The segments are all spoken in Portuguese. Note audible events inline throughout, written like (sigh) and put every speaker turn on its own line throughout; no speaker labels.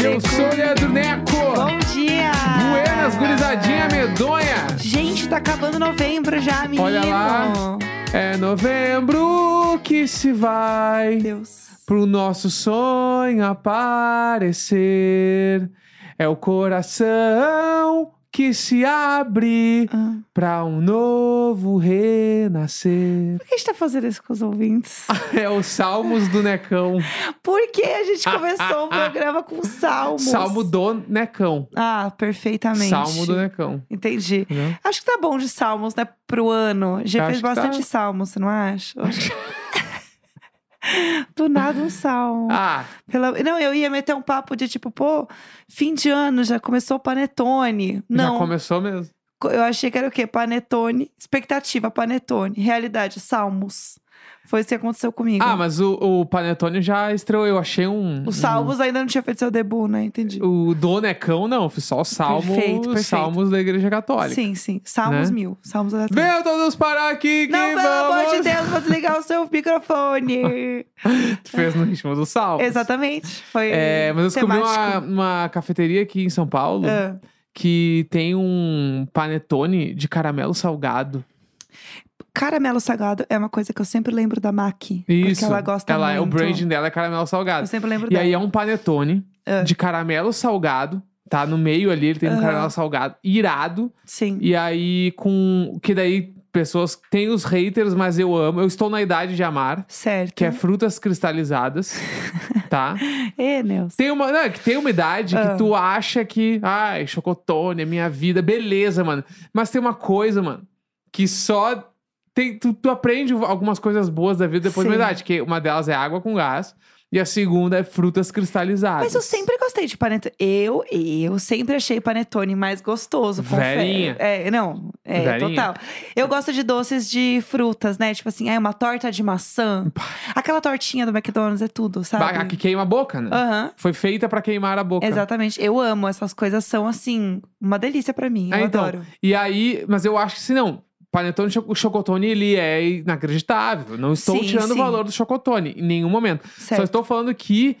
é
Sônia do Neco.
Bom dia!
Buenas, gurizadinha medonha.
Gente, tá acabando novembro já, menino.
Olha lá. É novembro que se vai
Deus.
pro nosso sonho aparecer. É o coração que se abre
Ah.
pra um novo renascer. (laughs)
Por que a gente tá fazendo isso com os ouvintes?
É o Salmos do Necão.
Por que a gente começou
(laughs)
o programa com salmos?
Salmo do Necão.
Ah, perfeitamente.
Salmo do Necão.
Entendi.
Entendeu?
Acho que tá bom de salmos, né? Pro ano. Já
Acho
fez
que tá.
bastante salmos, você não acha? Eu acho- (laughs) Do nada um salmo.
Ah,
Pela- Não, eu ia meter um papo de tipo, pô, fim de ano, já começou o panetone. Não,
já começou mesmo.
Co- Eu achei que era o quê? Panetone. Expectativa, panetone. Realidade, salmos. Foi isso que aconteceu comigo.
Ah, mas o, o Panetone já estreou. Eu achei um.
Os salmos ainda não tinha feito seu debut, né? Entendi.
um- o do Necão, não. Fiz só o Salmo,
Perfeito, perfeito.
Salmos da Igreja Católica.
Sim, sim. Salmos
Né?
mil. Salmos aleatórios.
Venham todos parar aqui que
Não, pelo
vamos...
amor de Deus, vou desligar o seu
(laughs)
microfone.
Tu fez no ritmo do Salmo.
Exatamente. Foi.
É, mas eu descobri uma,
temático.
uma cafeteria aqui em São Paulo
Ah.
que tem um panetone de caramelo salgado.
Caramelo salgado é uma coisa que eu sempre lembro da Mac.
Isso.
Porque ela gosta
ela,
muito.
O branding dela é caramelo salgado.
Eu sempre lembro
E
dela.
aí é um panetone de caramelo salgado, tá? No meio ali, ele tem um
Aham.
caramelo salgado irado.
Sim.
E aí, com. Que daí, pessoas. Tem os haters, mas eu amo. Eu estou na idade de amar,
Certo.
que é frutas cristalizadas, tá?
É, Nelson.
Tem uma. Não, é que tem uma idade
Ah.
que tu acha que. Ai, chocotone, é minha vida. Beleza, mano. Mas tem uma coisa, mano, que só. Tem, tu, tu aprende algumas coisas boas da vida depois de
Sim.
uma idade, que uma delas é água com gás. E a segunda é frutas cristalizadas.
Mas eu sempre gostei de panetone. Eu, eu sempre achei panetone mais gostoso. confere-
Verinha.
É, não. É,
Verinha.
total. Eu gosto de doces de frutas, né? Tipo assim, é uma torta de maçã. Aquela tortinha do McDonald's é tudo,
Bah,
sabe? Ah.
Que queima a boca, né?
Aham.
Foi feita pra queimar a boca.
Exatamente. Eu amo. Essas coisas são, assim, uma delícia pra mim. Eu
Ah, então.
adoro.
E aí, mas eu acho que se não, panetone, cho- o chocotone, ele é inacreditável. Não estou
Sim,
tirando o
sim.
valor do chocotone em nenhum momento. Só
Certo.
estou falando que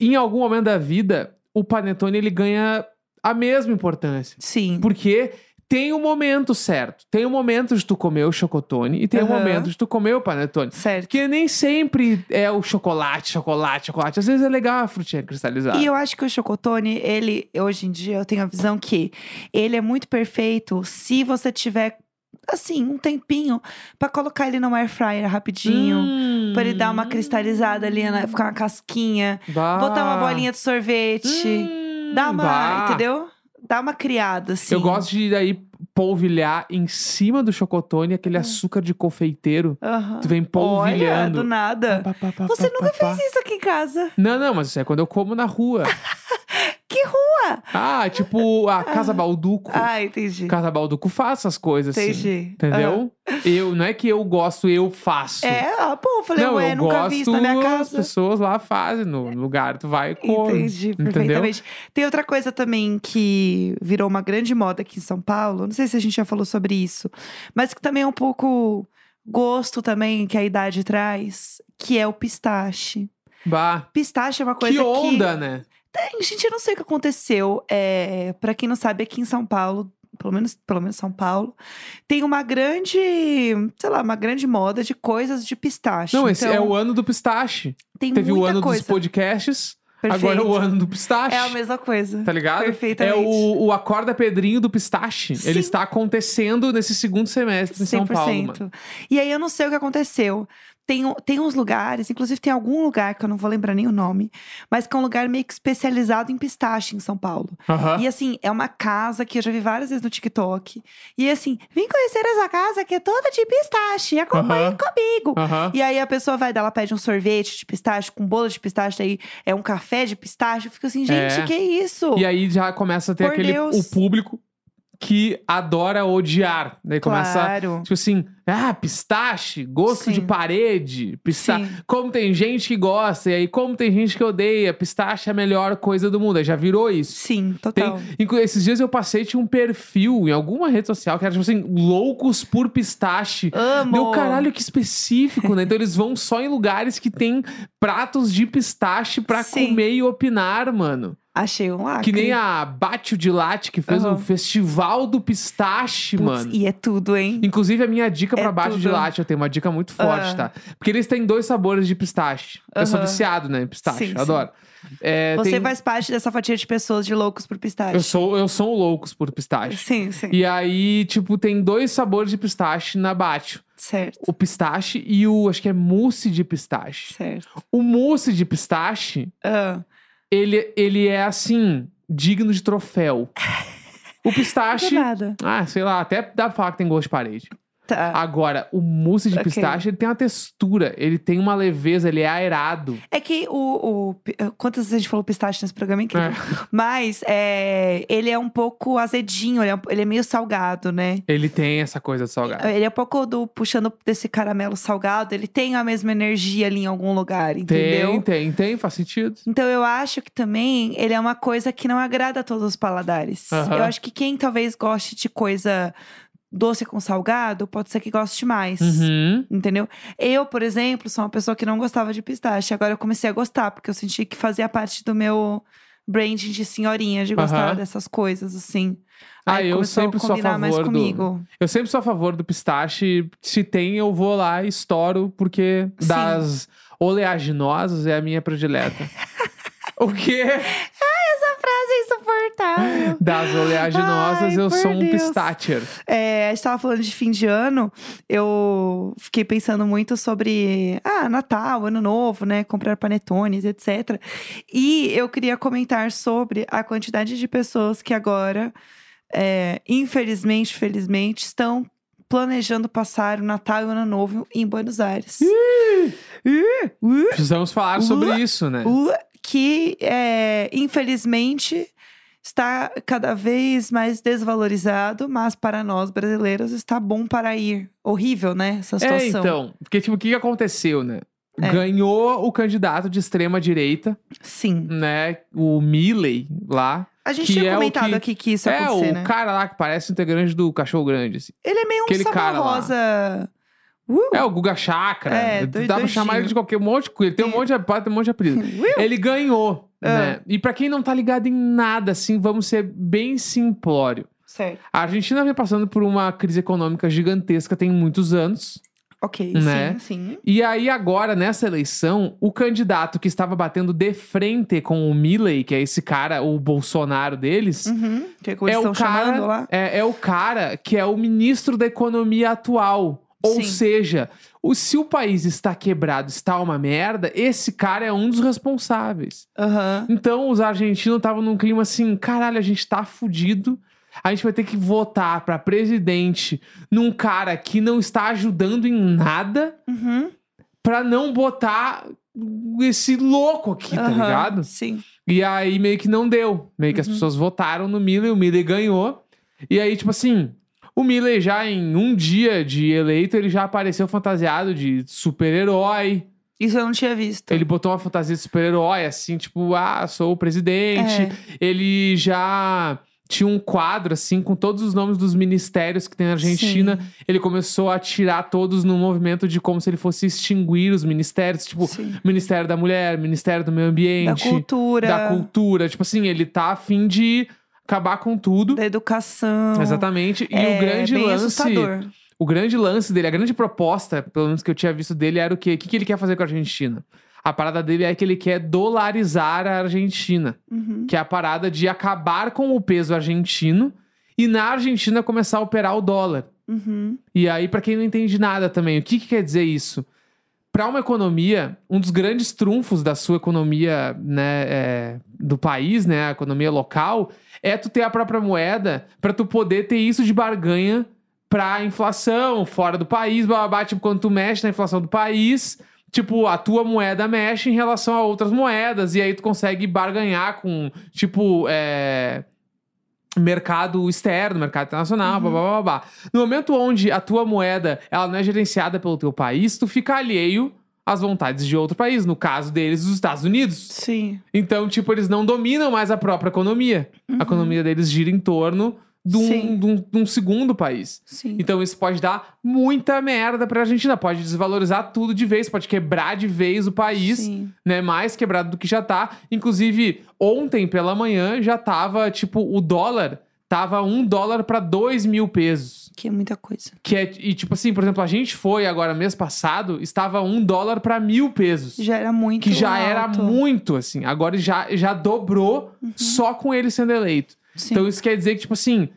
em algum momento da vida, o panetone ele ganha a mesma importância.
Sim.
Porque tem o momento certo. Tem o momento de tu comer o chocotone e tem o
Aham.
momento de tu comer o panetone.
Certo.
Porque nem sempre é o chocolate, chocolate, chocolate. Às vezes é legal a frutinha cristalizada.
E eu acho que o chocotone, ele, hoje em dia, eu tenho a visão que ele é muito perfeito se você tiver, assim, um tempinho pra colocar ele no air fryer rapidinho.
Hum.
Pra ele dar uma cristalizada ali, na- ficar uma casquinha.
Bah.
Botar uma bolinha de sorvete.
Ah. Hum,
Dá uma,
bah.
entendeu? Dá uma criada, assim.
Eu gosto de daí polvilhar em cima do chocotone aquele açúcar de confeiteiro.
Aham.
Tu vem
Hum. Olha,
polvilhando.
do nada.
Pá, pá, pá,
Você
pá,
nunca
pá, pá.
fez isso aqui em casa.
Não, não, mas isso é quando eu como na
(laughs)
rua.
Que rua!
Ah, tipo a Casa Balduco.
Ah, entendi.
Casa Balduco faz essas coisas assim.
Entendi. Aham.
Entendeu? Eu, não é que eu gosto, eu faço.
É, ah, bom, eu falei,
não,
ué,
eu
nunca
gosto,
vi isso na minha
as
casa.
pessoas lá fazem no lugar, tu vai e come.
Entendi,
entendeu?
perfeitamente. Tem outra coisa também que virou uma grande moda aqui em São Paulo. Não sei se a gente já falou sobre isso, mas que também é um pouco gosto também que a idade traz, que é o pistache.
Bah,
Pistache é uma coisa
que onda, né?
Tem, gente, eu não sei o que aconteceu. É, para quem não sabe, aqui em São Paulo, pelo menos, pelo menos São Paulo, tem uma grande, sei lá, uma grande moda de coisas de pistache.
Não, esse
Então,
é o ano do pistache.
tem
Teve o
muita
ano
coisa.
dos podcasts,
Perfeito.
agora é o ano do pistache.
É a mesma coisa.
Tá ligado? É
Perfeitamente.
o, o Acorda Pedrinho do Pistache.
Sim.
Ele está acontecendo nesse segundo semestre em São Paulo, mano.
E aí eu não sei o que aconteceu. Tem, um- tem uns lugares, inclusive tem algum lugar que eu não vou lembrar nem o nome, mas que é um lugar meio que especializado em pistache em São Paulo.
Aham.
E assim, é uma casa que eu já vi várias vezes no TikTok. E assim, vim conhecer essa casa que é toda de pistache. Acompanhe
Aham.
comigo.
Aham.
tipo, E aí a pessoa vai dela, pede um sorvete de pistache, com bolo de pistache, aí é um café de pistache. Eu fico assim, gente,
É.
que isso?
E aí já começa a ter
tipo, Por
aquele
Deus.
o público que adora odiar. Daí começa.
claro.
Tipo assim, ah, pistache, gosto de
Sim.
parede, pistache.
Sim.
Como tem gente que gosta, e aí como tem gente que odeia, pistache é a melhor coisa do mundo. Aí já virou isso.
Sim,
Tem,
total.
inclu- esses dias eu passei, tinha um perfil em alguma rede social que era tipo assim, loucos por pistache.
Amo.
Meu caralho, que específico, né? Então eles vão só em lugares que tem pratos de pistache pra
Sim.
comer e opinar, mano.
Achei um lacre.
Que nem a Bátio de Latte, que fez
Aham.
um festival do pistache,
Putz,
mano.
E é tudo, hein?
Inclusive, a minha dica
É
pra baixo de
tudo.
latte, eu tenho uma dica muito forte,
Ah.
tá? Porque eles têm dois sabores de pistache. Eu sou
Aham.
viciado, né? Em pistache,
Sim, sim.
adoro. É,
Você
tem-
faz parte dessa fatia de pessoas de loucos por pistache.
Eu sou, eu sou um loucos por pistache.
Sim, sim.
E aí, tipo, tem dois sabores de pistache na Bátio.
Certo,
O pistache e o, acho que é mousse de pistache.
certo.
O mousse de pistache,
Ah,
ele, ele é assim, digno de troféu. O
não
pistache...
deu nada.
Ah, sei lá, até dá pra falar que tem gosto de parede. Ah.
Tá.
Agora, o mousse de
Ok.
pistache, ele tem uma textura, ele tem uma leveza, ele é aerado.
É que o, o. pi- ah, Quantas vezes a gente falou pistache nesse programa? É Incrível.
É.
(laughs) Mas é, ele é um pouco azedinho, ele é, um- ele é meio salgado, né?
Ele tem essa coisa salgada.
Ele é um pouco do puxando desse caramelo salgado, ele tem a mesma energia ali em algum lugar, entendeu?
Tem, tem, tem, faz sentido.
Então eu acho que também ele é uma coisa que não agrada a todos os paladares.
Aham.
Eu acho que quem talvez goste de coisa doce com salgado, pode ser que goste mais.
Uhum.
Entendeu? Eu, por exemplo, sou uma pessoa que não gostava de pistache. Agora eu comecei a gostar, porque eu senti que fazia parte do meu branding de senhorinha, de gostar
Aham.
dessas coisas, assim.
Ah,
Aí
eu
começou
sempre
a
sou a
combinar mais
favor do-
comigo.
Eu sempre sou a favor do pistache. Se tem, eu vou lá e estouro, porque
Sim.
das oleaginosas é a minha predileta. o quê?
Insuportável.
Das oleaginosas,
Ai,
eu
por
sou um
Deus.
pistacher.
É, a gente tava falando de fim de ano, eu fiquei pensando muito sobre ah, Natal, Ano Novo, né? Comprar panetones, etc. E eu queria comentar sobre a quantidade de pessoas que agora, é, infelizmente, felizmente, estão planejando passar o Natal e o Ano Novo em Buenos Aires. Ih, uh,
Precisamos falar sobre
Ua-
isso, né?
o que é, infelizmente está cada vez mais desvalorizado, mas para nós brasileiros está bom para ir. Horrível, né? Essa
É,
situação.
então. Porque, tipo, o que que aconteceu, né?
É.
Ganhou o candidato de extrema direita,
Sim.
né? O Milley lá.
A gente
Que
tinha
é o
comentado
que-
aqui que isso ia
é, o
acontecer, né?
cara lá que parece o integrante do Cachorro Grande. assim.
Ele é meio um
aquele cara lá.
rosa. Uh,
É o Guga Chakra.
É,
Dá
dois-
pra
dois
chamar ele
dias.
de qualquer monte de coisa. Ele tem um
Sim.
monte de apelido, tem um monte de apelido.
(laughs)
Ele ganhou,
Ah.
né? E pra quem não tá ligado em nada, assim, vamos ser bem simplório.
Certo.
A Argentina vem passando por uma crise econômica gigantesca tem muitos anos.
Ok,
Né?
sim, sim.
E aí, agora, nessa eleição, o candidato que estava batendo de frente com o Milley, que é esse cara, o Bolsonaro deles,
Uhum. Que é como
É
eles
o
estão
cara-
chamando lá?
é, é o cara que é o ministro da economia atual. Ou
Sim.
seja, o, se o país está quebrado, está uma merda, esse cara é um dos responsáveis.
Aham.
Então os argentinos estavam num clima assim, caralho, a gente tá fudido. A gente vai ter que votar pra presidente num cara que não está ajudando em nada
Uhum.
pra não botar esse louco aqui, tá
Aham.
ligado?
Sim.
E aí meio que não deu. Meio que as
Uhum.
pessoas votaram no Miller, o Miller ganhou. E aí, tipo assim, o Miller já em um dia de eleito, ele já apareceu fantasiado de super-herói.
Isso eu não tinha visto.
Ele botou uma fantasia de super-herói, assim, tipo, ah, sou o
É,
presidente. Ele já tinha um quadro, assim, com todos os nomes dos ministérios que tem na Argentina.
Sim,
Ele começou a tirar todos no movimento de como se ele fosse extinguir os ministérios, tipo,
sim.
Ministério da Mulher, Ministério do Meio
Da
Ambiente
cultura.
da cultura. Tipo assim, ele tá a fim de acabar com tudo.
da educação.
Exatamente. E
Então, é
o grande
bem
lance.
assustador.
O grande lance dele, a grande proposta, pelo menos que eu tinha visto dele, era o quê? O que, que ele quer fazer com a Argentina? A parada dele é que ele quer dolarizar a Argentina,
Uhum.
que é a parada de acabar com o peso argentino e na Argentina começar a operar o dólar.
Uhum.
E aí, pra quem não entende nada também, o que, que quer dizer isso? Pra uma economia, um dos grandes trunfos da sua economia, né, é, do país, né, a economia local, é tu ter a própria moeda pra tu poder ter isso de barganha pra inflação fora do país, blá, blá, blá. tipo quando tu mexe na inflação do país, tipo a tua moeda mexe em relação a outras moedas e aí tu consegue barganhar com tipo é, mercado externo, mercado internacional, blá,
Uhum.
blá, blá, blá. No momento onde a tua moeda ela não é gerenciada pelo teu país, tu fica alheio às vontades de outro país, no caso deles, os Estados Unidos.
Sim.
Então, tipo, eles não dominam mais a própria economia. A economia deles gira em torno de um,
Uhum. Sim.
de um- de um segundo país.
Sim.
Então isso pode dar muita merda pra Argentina, pode desvalorizar tudo de vez, pode quebrar de vez o país,
Sim.
né? Mais quebrado do que já tá. Inclusive, ontem pela manhã já tava, tipo, o dólar tava um dólar pra dois mil pesos.
Que é muita coisa.
Que é, e tipo assim, por exemplo, a gente foi agora mês passado, estava um dólar pra mil pesos.
Já era muito
que já era
alto. Uhum.
muito, assim. Agora já, já dobrou só com ele sendo eleito.
Sim.
Então isso quer dizer que, tipo assim,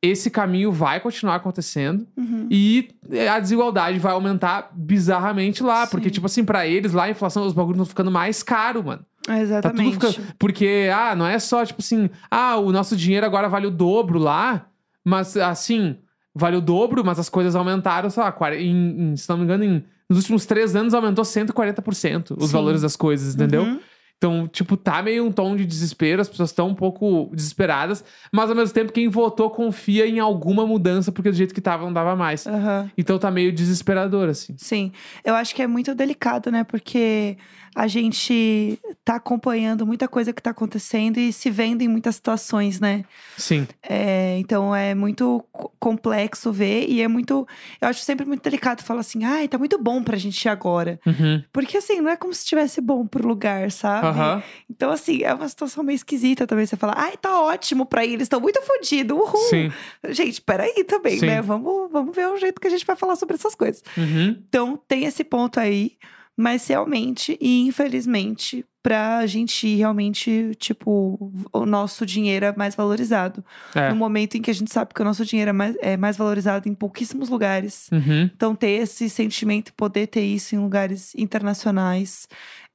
esse caminho vai continuar acontecendo.
Uhum.
E a desigualdade vai aumentar bizarramente lá,
Sim.
porque, tipo assim, pra eles lá, a inflação, os bagulhos estão ficando mais caro, mano. Tá tudo
Exatamente. Uhum.
ficando. Porque, ah, não é só, tipo assim, ah, o nosso dinheiro agora vale o dobro lá, mas assim, vale o dobro, mas as coisas aumentaram, sei lá, quar- em- em- se não me engano, em- nos últimos três anos aumentou 140% os
Sim.
valores das coisas, entendeu?
Uhum.
Então, tipo, tá meio um tom de desespero, as pessoas estão um pouco desesperadas, mas ao mesmo tempo, quem votou confia em alguma mudança, porque do jeito que tava, não dava mais.
Aham.
Então tá meio desesperador, assim.
Sim, eu acho que é muito delicado, né? Porque a gente tá acompanhando muita coisa que tá acontecendo e se vendo em muitas situações, né?
Sim.
É, então é muito co- complexo ver e é muito. Eu acho sempre muito delicado falar assim, ai, tá muito bom pra gente ir agora.
Uhum.
Porque assim, não é como se estivesse bom pro lugar, sabe?
Aham.
Então, assim, é uma situação meio esquisita também. Você fala, ai, tá ótimo pra ir, eles estão muito fodidos, uhul.
Sim.
Gente, peraí também,
Sim.
né? Vamos, vamos ver o jeito que a gente vai falar sobre essas coisas.
Uhum.
Então, tem esse ponto aí, mas realmente e infelizmente, pra gente ir realmente, tipo, o nosso dinheiro é mais valorizado.
É.
No momento em que a gente sabe que o nosso dinheiro é mais, é mais valorizado em pouquíssimos lugares.
Uhum.
Então, ter esse sentimento, poder ter isso em lugares internacionais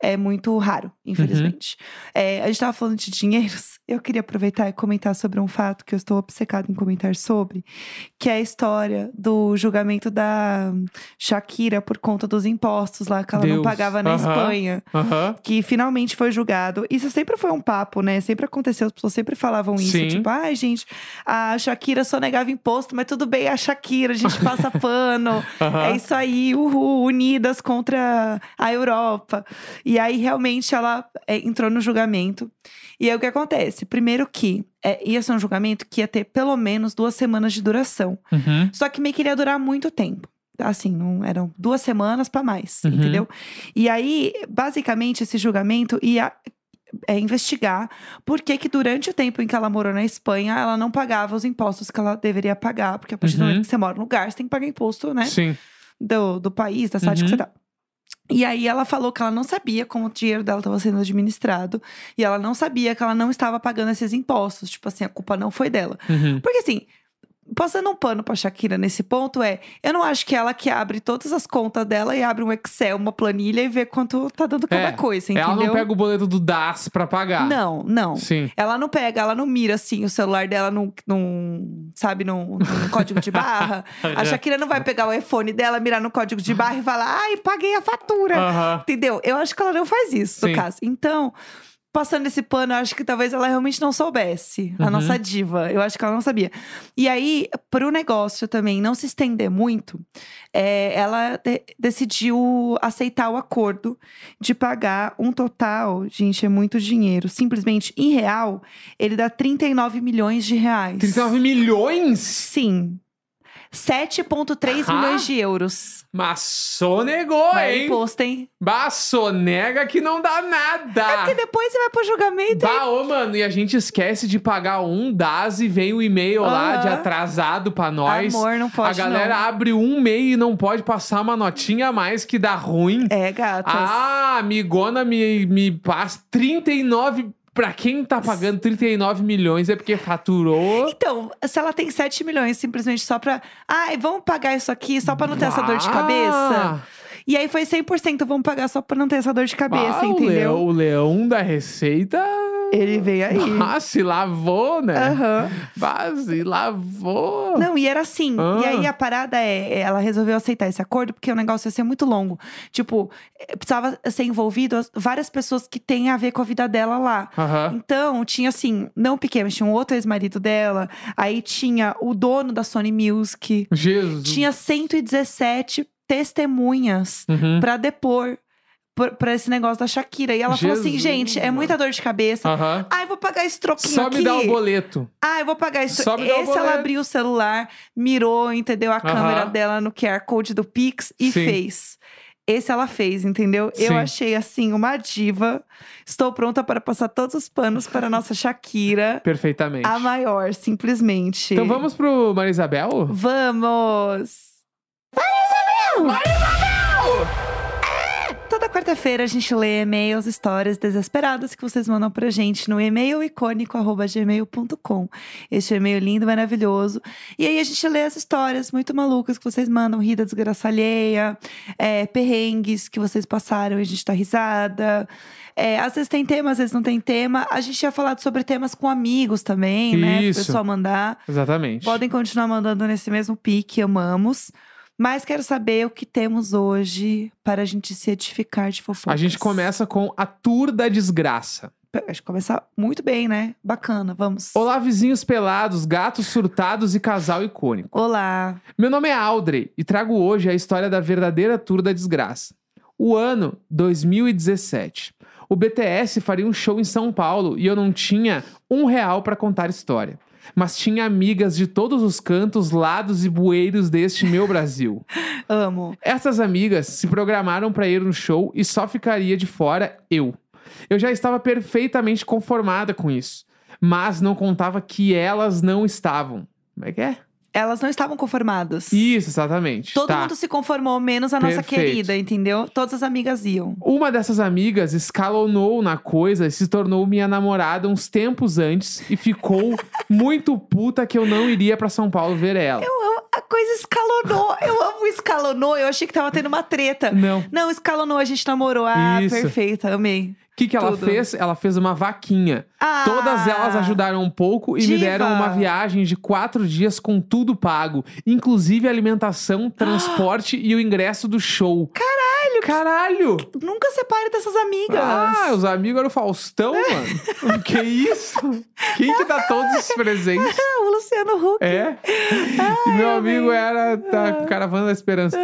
é muito raro,
Uhum.
infelizmente. É, a gente tava falando de dinheiros. (laughs) Eu queria aproveitar e comentar sobre um fato que eu estou obcecada em comentar sobre, que é a história do julgamento da Shakira por conta dos impostos lá que ela não
Deus,
pagava na
aham.
Espanha.
Aham.
Que finalmente foi julgado. Isso sempre foi um papo, né? Sempre aconteceu, as pessoas sempre falavam isso.
Sim.
Tipo, ai, gente, a Shakira só negava imposto, mas tudo bem, é a Shakira, a gente passa
(laughs)
pano.
Aham.
É isso aí, uhul, unidas contra a Europa. E aí, realmente, ela é, entrou no julgamento. E aí, o que acontece? Primeiro que é, ia ser um julgamento que ia ter pelo menos duas semanas de duração.
Uhum.
Só que meio que ele ia durar muito tempo. Assim, não eram duas semanas pra mais,
Uhum.
entendeu? E aí, basicamente, esse julgamento ia é, investigar por que que durante o tempo em que ela morou na Espanha, ela não pagava os impostos que ela deveria pagar. Porque a partir do
Uhum.
momento que você mora no lugar, você tem que pagar imposto, né?
Sim.
do, do país, da cidade que você
Uhum.
tá. E aí ela falou que ela não sabia como o dinheiro dela estava sendo administrado. E ela não sabia que ela não estava pagando esses impostos. Tipo assim, a culpa não foi dela.
Uhum.
Porque assim, passando um pano pra Shakira nesse ponto é… Eu não acho que ela que abre todas as contas dela e abre um Excel, uma planilha e vê quanto tá dando cada
É,
coisa, entendeu?
Ela não pega o boleto do DAS pra pagar.
Não, não.
Sim.
Ela não pega, ela não mira assim o celular dela num, num sabe, num, num código de barra. A Shakira não vai pegar o iPhone dela, mirar no código de barra e falar, ai, paguei a fatura.
Aham.
Entendeu? Eu acho que ela não faz isso,
Sim.
no caso. Então, passando esse pano, eu acho que talvez ela realmente não soubesse, a
Uhum.
nossa diva. Eu acho que ela não sabia. E aí, pro negócio também não se estender muito, é, ela de- decidiu aceitar o acordo de pagar um total, gente, é muito dinheiro. Simplesmente em real, ele dá 39 milhões de reais.
39 milhões?
Sim. 7,3
Ah!
milhões de euros.
Maçonegou,
Mas é
hein?
imposto, hein?
Maçonega que não dá
É Porque
nada.
depois você vai pro julgamento
Bah, ô, mano, e a gente esquece de pagar um DAS e vem o e-mail lá
Aham.
de atrasado pra nós.
Amor, não pode
a galera
não.
abre um e-mail e não pode passar uma notinha a mais que dá ruim.
É, gatas.
Ah, amigona me, me passa 39. Pra quem tá pagando 39 milhões é porque faturou.
Então, se ela tem 7 milhões simplesmente só pra... Ai, vamos pagar isso aqui só pra não ter essa dor
Ah.
de cabeça? E aí foi 100%, vamos pagar só pra não ter essa dor de cabeça,
Ah, o,
entendeu?
leão, o leão da Receita.
Ele veio aí.
Ah, se lavou, né?
Aham.
Ah, se lavou.
Não, e era assim. E
Ah.
aí a parada é, ela resolveu aceitar esse acordo porque o negócio ia ser muito longo. Tipo, eh, precisava ser envolvido as- várias pessoas que têm a ver com a vida dela lá.
Aham.
Então, tinha assim, não pequeno, mas tinha um outro ex-marido dela, aí tinha o dono da Sony Music,
Jesus.
tinha 117 testemunhas
Uhum.
pra depor por- pra esse negócio da Shakira. E ela falou assim,
Jesus. Ah.
gente, é muita dor de cabeça.
Aham.
Ai, vou pagar esse troquinho
Só
aqui.
me dá o boleto.
Ai, Ah, vou pagar isso.
Só me dá o
Esse ela
boleto.
abriu o celular, mirou, entendeu? A câmera dela no QR Code do Pix e
Sim.
fez. Esse ela fez, entendeu? Eu
Sim.
achei assim uma diva. Estou pronta para passar todos os panos para a nossa Shakira,
Perfeitamente.
a maior, simplesmente.
Então vamos pro Marisabel?
Vamos! Toda quarta-feira a gente lê e-mails, histórias desesperadas que vocês mandam pra gente no e-mail icônico.gmail.com. Este e-mail é lindo, maravilhoso. E aí a gente lê as histórias muito malucas que vocês mandam, rir da desgraça alheia, é, perrengues que vocês passaram e a gente tá risada. É, às vezes tem tema, às vezes não tem tema. A gente tinha falado sobre temas com amigos também, né? Pro
Isso.
pessoal mandar.
Exatamente.
Podem continuar mandando nesse mesmo pique, amamos. Mas quero saber o que temos hoje para a gente se edificar de fofocas.
A gente começa com a Tour da Desgraça.
A gente começa muito bem, né? Bacana, vamos.
Olá, vizinhos pelados, gatos surtados e casal icônico.
Olá.
Meu nome é Audrey e trago hoje a história da verdadeira tour da desgraça. O ano 2017. O BTS faria um show em São Paulo e eu não tinha um real para contar história. Mas tinha amigas de todos os cantos, lados e bueiros deste meu Brasil.
Amo.
Essas amigas se programaram para ir no show e só ficaria de fora eu. Eu já estava perfeitamente conformada com isso, mas não contava que elas não estavam. Como é que é?
Elas não estavam conformadas.
Isso, exatamente.
Todo
tá.
mundo se conformou, menos a nossa
Perfeito.
querida, entendeu? Todas as amigas iam.
Uma dessas amigas escalonou na coisa e se tornou minha namorada uns tempos antes e
(laughs)
ficou muito puta que eu não iria pra São Paulo ver ela.
Eu amo- A coisa escalonou. Eu amo escalonou. Eu achei que tava tendo uma treta.
Não. O
Não, escalonou, a gente namorou. Ah,
Isso.
perfeita, amei.
que, que ela
Tudo.
fez? Ela fez uma vaquinha.
Ah,
Todas elas ajudaram um pouco e
Diva.
me deram uma viagem de quatro dias com tudo pago, inclusive
(gasps)
alimentação, transporte e o ingresso do show. Caralho! Caralho!
Nunca separe dessas amigas.
Ah, os amigos eram
(laughs)
o Faustão, mano. que isso? Quem que dá todos
(laughs)
esses presentes?
Ah, o Luciano Huck.
É? e meu
eu
amigo
amei. Ah.
era da Caravana da Esperança.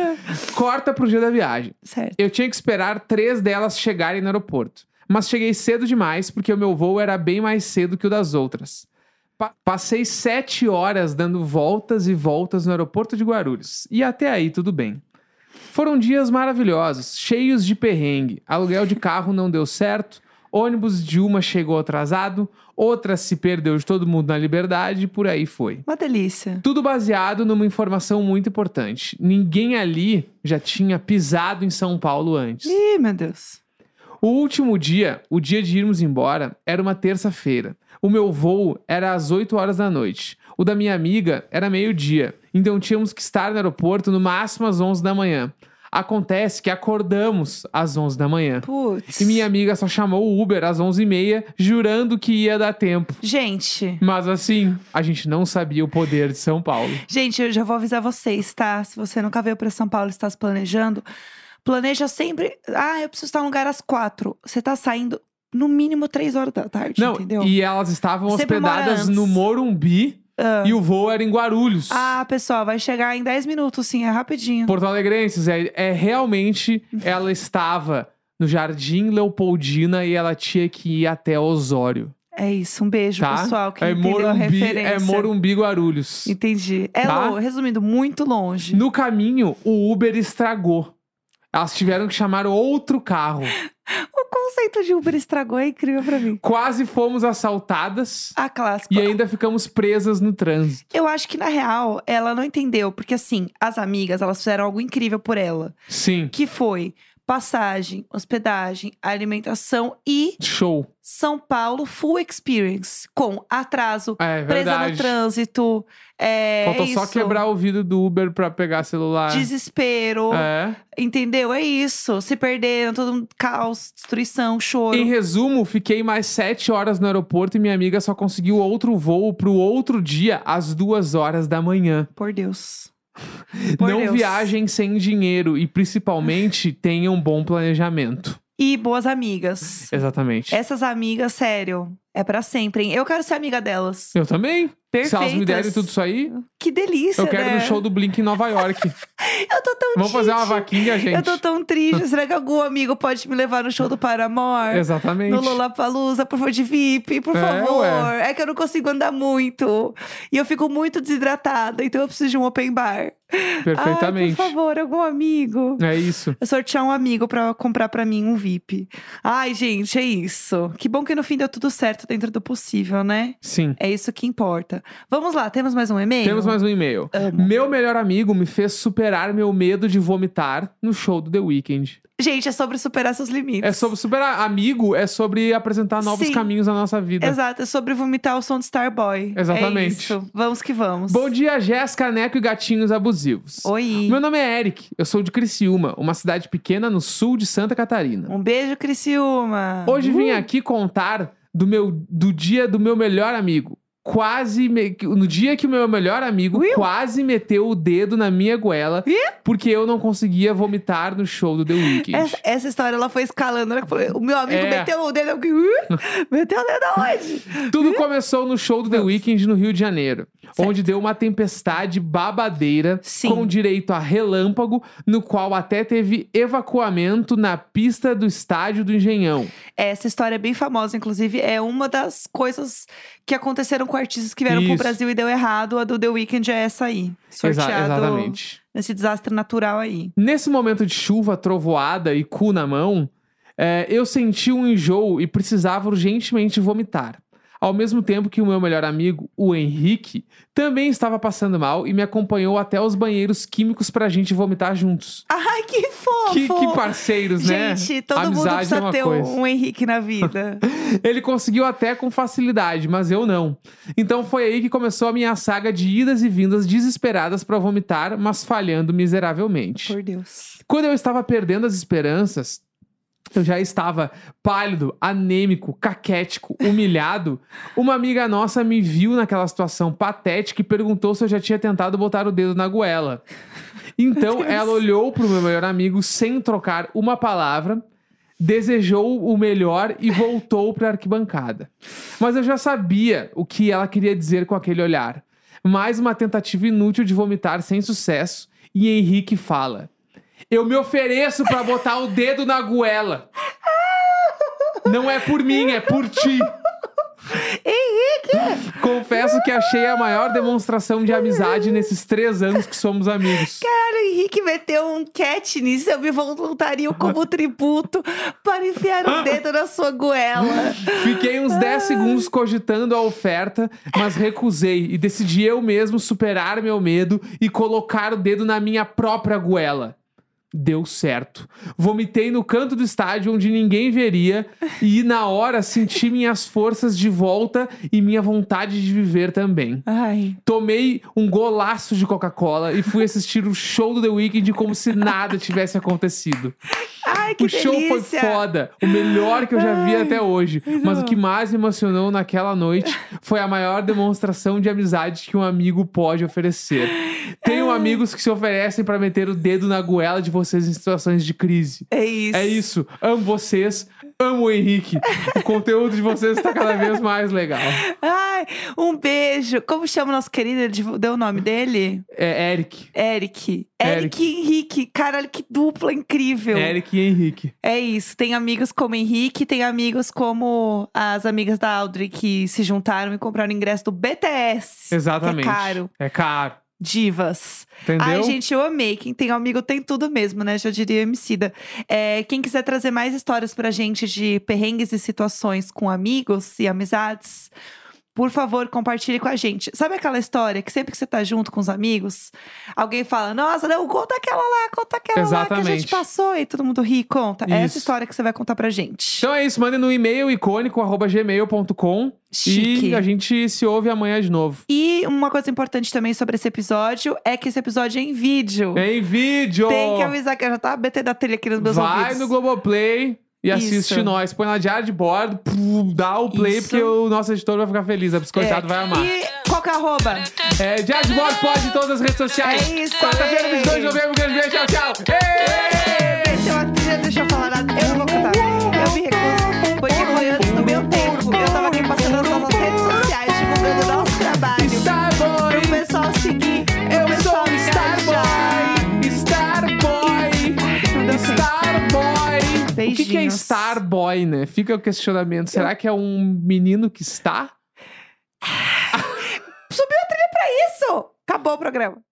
Corta pro dia da viagem.
Certo.
Eu tinha que esperar três delas chegarem no aeroporto. Mas cheguei cedo demais, porque o meu voo era bem mais cedo que o das outras. Pa- passei sete horas dando voltas e voltas no aeroporto de Guarulhos. E até aí tudo bem. Foram dias maravilhosos, cheios de perrengue. Aluguel de carro não deu certo, ônibus de uma chegou atrasado, outra se perdeu de todo mundo na liberdade e por aí foi.
Uma delícia.
Tudo baseado numa informação muito importante. Ninguém ali já tinha pisado em São Paulo antes.
Ih, meu Deus.
O último dia, o dia de irmos embora, era uma terça-feira. O meu voo era às 8 horas da noite. O da minha amiga era meio-dia. Então tínhamos que estar no aeroporto no máximo às 11 da manhã. Acontece que acordamos às 11 da manhã.
Putz.
E minha amiga só chamou o Uber às 11h30, jurando que ia dar tempo.
Gente,
Mas assim, a gente não sabia o poder de São Paulo.
gente, eu já vou avisar vocês, tá? Se você nunca veio pra São Paulo e está se planejando, planeja sempre. Ah, eu preciso estar em um lugar às quatro. Você tá saindo no mínimo três horas da tarde,
Não,
entendeu?
e elas estavam
Sempre uma hora
hospedadas
antes.
no Morumbi e o voo era em Guarulhos.
Ah, pessoal, vai chegar em 10 minutos, sim, é rapidinho.
Porto Alegrenses, é, é realmente ela estava no Jardim Leopoldina e ela tinha que ir até Osório,
É isso, um beijo,
tá?
pessoal, que
é
entendeu a
Morumbi,
referência.
é Morumbi Guarulhos.
Entendi. É,
Tá?
lo- resumindo, muito longe.
No caminho, o Uber estragou. Elas tiveram que chamar outro carro. Hum.
O conceito de Uber estragou é incrível pra mim.
Quase fomos assaltadas
Ah, clássico.
e ainda ficamos presas no trânsito.
Eu acho que, na real, ela não entendeu. Porque, assim, as amigas, elas fizeram algo incrível por ela.
Sim,
Que foi passagem, hospedagem, alimentação e
show.
São Paulo Full Experience. Com atraso,
É
presa no
verdade.
trânsito, é,
Faltou
é
só
isso.
quebrar o vidro do Uber pra pegar celular.
Desespero,
É.
entendeu? É isso. Se perderam, todo mundo, caos, destruição, choro.
Em resumo, fiquei mais sete horas no aeroporto e minha amiga só conseguiu outro voo pro outro dia às duas horas da manhã.
Por
(laughs)
Deus. Por
Não
Deus.
viajem sem dinheiro e principalmente tenham bom planejamento.
E boas amigas.
Exatamente.
É Essas amigas, sério, é pra sempre, hein? Eu quero ser amiga delas.
Eu também. Se elas me derem
Perfeitas.
tudo isso aí,
Que delícia,
eu quero ir
né?
no show do Blink em Nova
(laughs)
York.
Eu tô tão
Vamos fazer uma
triste.
vaquinha, gente.
Eu tô tão triste. Será que algum amigo pode me levar no show do Paramore?
Exatamente.
No Lollapalooza, por favor, de VIP, por
É,
favor.
ué.
É que eu não consigo andar muito. E eu fico muito desidratada, então eu preciso de um open bar. Ai,
Perfeitamente.
por favor, algum amigo.
é isso.
Eu sortear um amigo pra comprar pra mim um VIP. Ai, gente, é isso. Que bom que no fim deu tudo certo dentro do possível, né?
Sim.
É isso que importa. Vamos lá, temos mais um e-mail?
Temos mais um e-mail.
Amo.
Meu melhor amigo me fez superar meu medo de vomitar no show do The Weeknd.
Gente, é sobre superar seus limites.
É sobre superar amigo, é sobre apresentar novos
Sim.
caminhos na nossa vida.
Exato, é sobre vomitar o som de Starboy.
Exatamente.
É isso. Vamos que vamos.
Bom dia, Jéssica, Neco e gatinhos abusivos.
Oi.
Meu nome é Eric, eu sou de Criciúma, uma cidade pequena no sul de Santa Catarina.
Um beijo, Criciúma.
Hoje vim
Uh,
aqui contar do meu do dia do meu melhor amigo. Quase me- no dia que o meu melhor amigo
Will?
quase meteu o dedo na minha goela
Ih?
porque eu não conseguia vomitar no show do The Weeknd.
Essa, essa história ela foi escalando. ela falou, O meu amigo
É.
meteu o dedo. eu fiquei, "Uh,
(laughs)
meteu o dedo aonde?
Tudo começou no show do The Weeknd no Rio de Janeiro, onde deu uma tempestade babadeira
Sim.
com direito a relâmpago, no qual até teve evacuamento na pista do estádio do Engenhão.
Essa história é bem famosa, inclusive. É uma das coisas que aconteceram com artistas que vieram
Isso.
pro Brasil e deu errado. A do The Weeknd é essa aí. Sorteado
Exa- exatamente.
nesse desastre natural aí.
Nesse momento de chuva, trovoada e cu na mão, eh, eu senti um enjoo e precisava urgentemente vomitar. Ao mesmo tempo que o meu melhor amigo, o Henrique, também estava passando mal e me acompanhou até os banheiros químicos pra gente vomitar juntos.
Ai, que fofo!
Que, que parceiros, né?
Gente, todo mundo
Amizade é
precisa
uma
ter
coisa.
um Henrique na
(laughs)
vida.
Ele conseguiu até com facilidade, mas eu não. Então foi aí que começou a minha saga de idas e vindas desesperadas pra vomitar, mas falhando miseravelmente.
Por Deus.
Quando eu estava perdendo as esperanças, eu já estava pálido, anêmico, caquético, humilhado. Uma amiga nossa me viu naquela situação patética e perguntou se eu já tinha tentado botar o dedo na goela. Então
Meu Deus.
ela olhou pro meu melhor amigo sem trocar uma palavra, desejou o melhor e voltou pra arquibancada. Mas eu já sabia o que ela queria dizer com aquele olhar. Mais uma tentativa inútil de vomitar sem sucesso e Henrique fala: "Eu me ofereço pra botar o dedo na goela. Não é por mim, é por ti." Confesso que achei a maior demonstração de amizade nesses três anos que somos amigos.
Cara, o Henrique meteu um Katniss, eu me voluntario
(laughs)
como tributo para enfiar o dedo na sua goela.
Fiquei uns 10 segundos cogitando a oferta, mas recusei e decidi eu mesmo superar meu medo e colocar o dedo na minha própria goela. Deu certo. Vomitei no canto do estádio onde ninguém veria e na hora senti minhas forças de volta e minha vontade de viver também.
Ai.
Tomei um golaço de Coca-Cola e fui assistir o show do The Weeknd como se nada tivesse acontecido.
Ai, (laughs) que
o show
delícia.
foi foda, o melhor que eu já vi
Ai, é.
até hoje. Mas
bom.
o que mais me emocionou naquela noite foi a maior demonstração de amizade que um amigo pode oferecer. Tenho amigos que se oferecem pra meter o dedo na goela de vocês em situações de crise.
É isso.
É isso, amo vocês, amo o Henrique.
(laughs)
O conteúdo de vocês tá cada vez mais legal.
Ai, um beijo. Como chama o nosso querido? Ele div- deu o nome dele?
É Eric.
Eric. Eric,
Eric.
e Henrique. Caralho, que dupla incrível.
É Eric e Henrique.
É isso. Tem amigos como Henrique, tem amigos como as amigas da Audrey que se juntaram e compraram o ingresso do BTS. que
Exatamente.
é caro.
É caro.
Divas.
Entendeu?
Ai, gente, eu amei. Quem tem amigo tem tudo mesmo, né? Já diria Emicida. É, quem quiser trazer mais histórias pra gente de perrengues e situações com amigos e amizades, por favor, compartilhe com a gente. Sabe aquela história que sempre que você tá junto com os amigos, alguém fala, nossa, não, conta aquela lá, conta aquela lá que a gente
Exatamente.
passou e todo mundo ri e conta. É essa
Isso.
história que você vai contar pra gente.
Então é isso, mandem no e-mail icônico.gmail.com
Chique.
e a gente se ouve amanhã de novo.
E uma coisa importante também sobre esse episódio é que esse episódio é em vídeo.
Em vídeo!
Tem que avisar que já tá BT da telha aqui nos meus
Vai
ouvidos.
no Globoplay e
Isso.
assiste nós. Põe na diária de bordo, pum, dá o play,
Isso.
porque o nosso editor vai ficar feliz. A biscoitado vai amar.
E qual que é a arroba?
É, diário de bordo pode em todas as redes sociais.
É isso,
Quarta-feira,
amei.
22 de novembro. Grande beijo, tchau, tchau. Ei!
Esse é uma trilha, deixa eu falar nada. Eu não vou cantar. Eu me recuso. Porque foi antes do meu tempo. Eu tava aqui passando nas nossas redes sociais, divulgando o nosso trabalho.
Star Boy, é né? Fica o questionamento. Será que é um menino que está?
Subiu a trilha pra isso! Acabou o programa.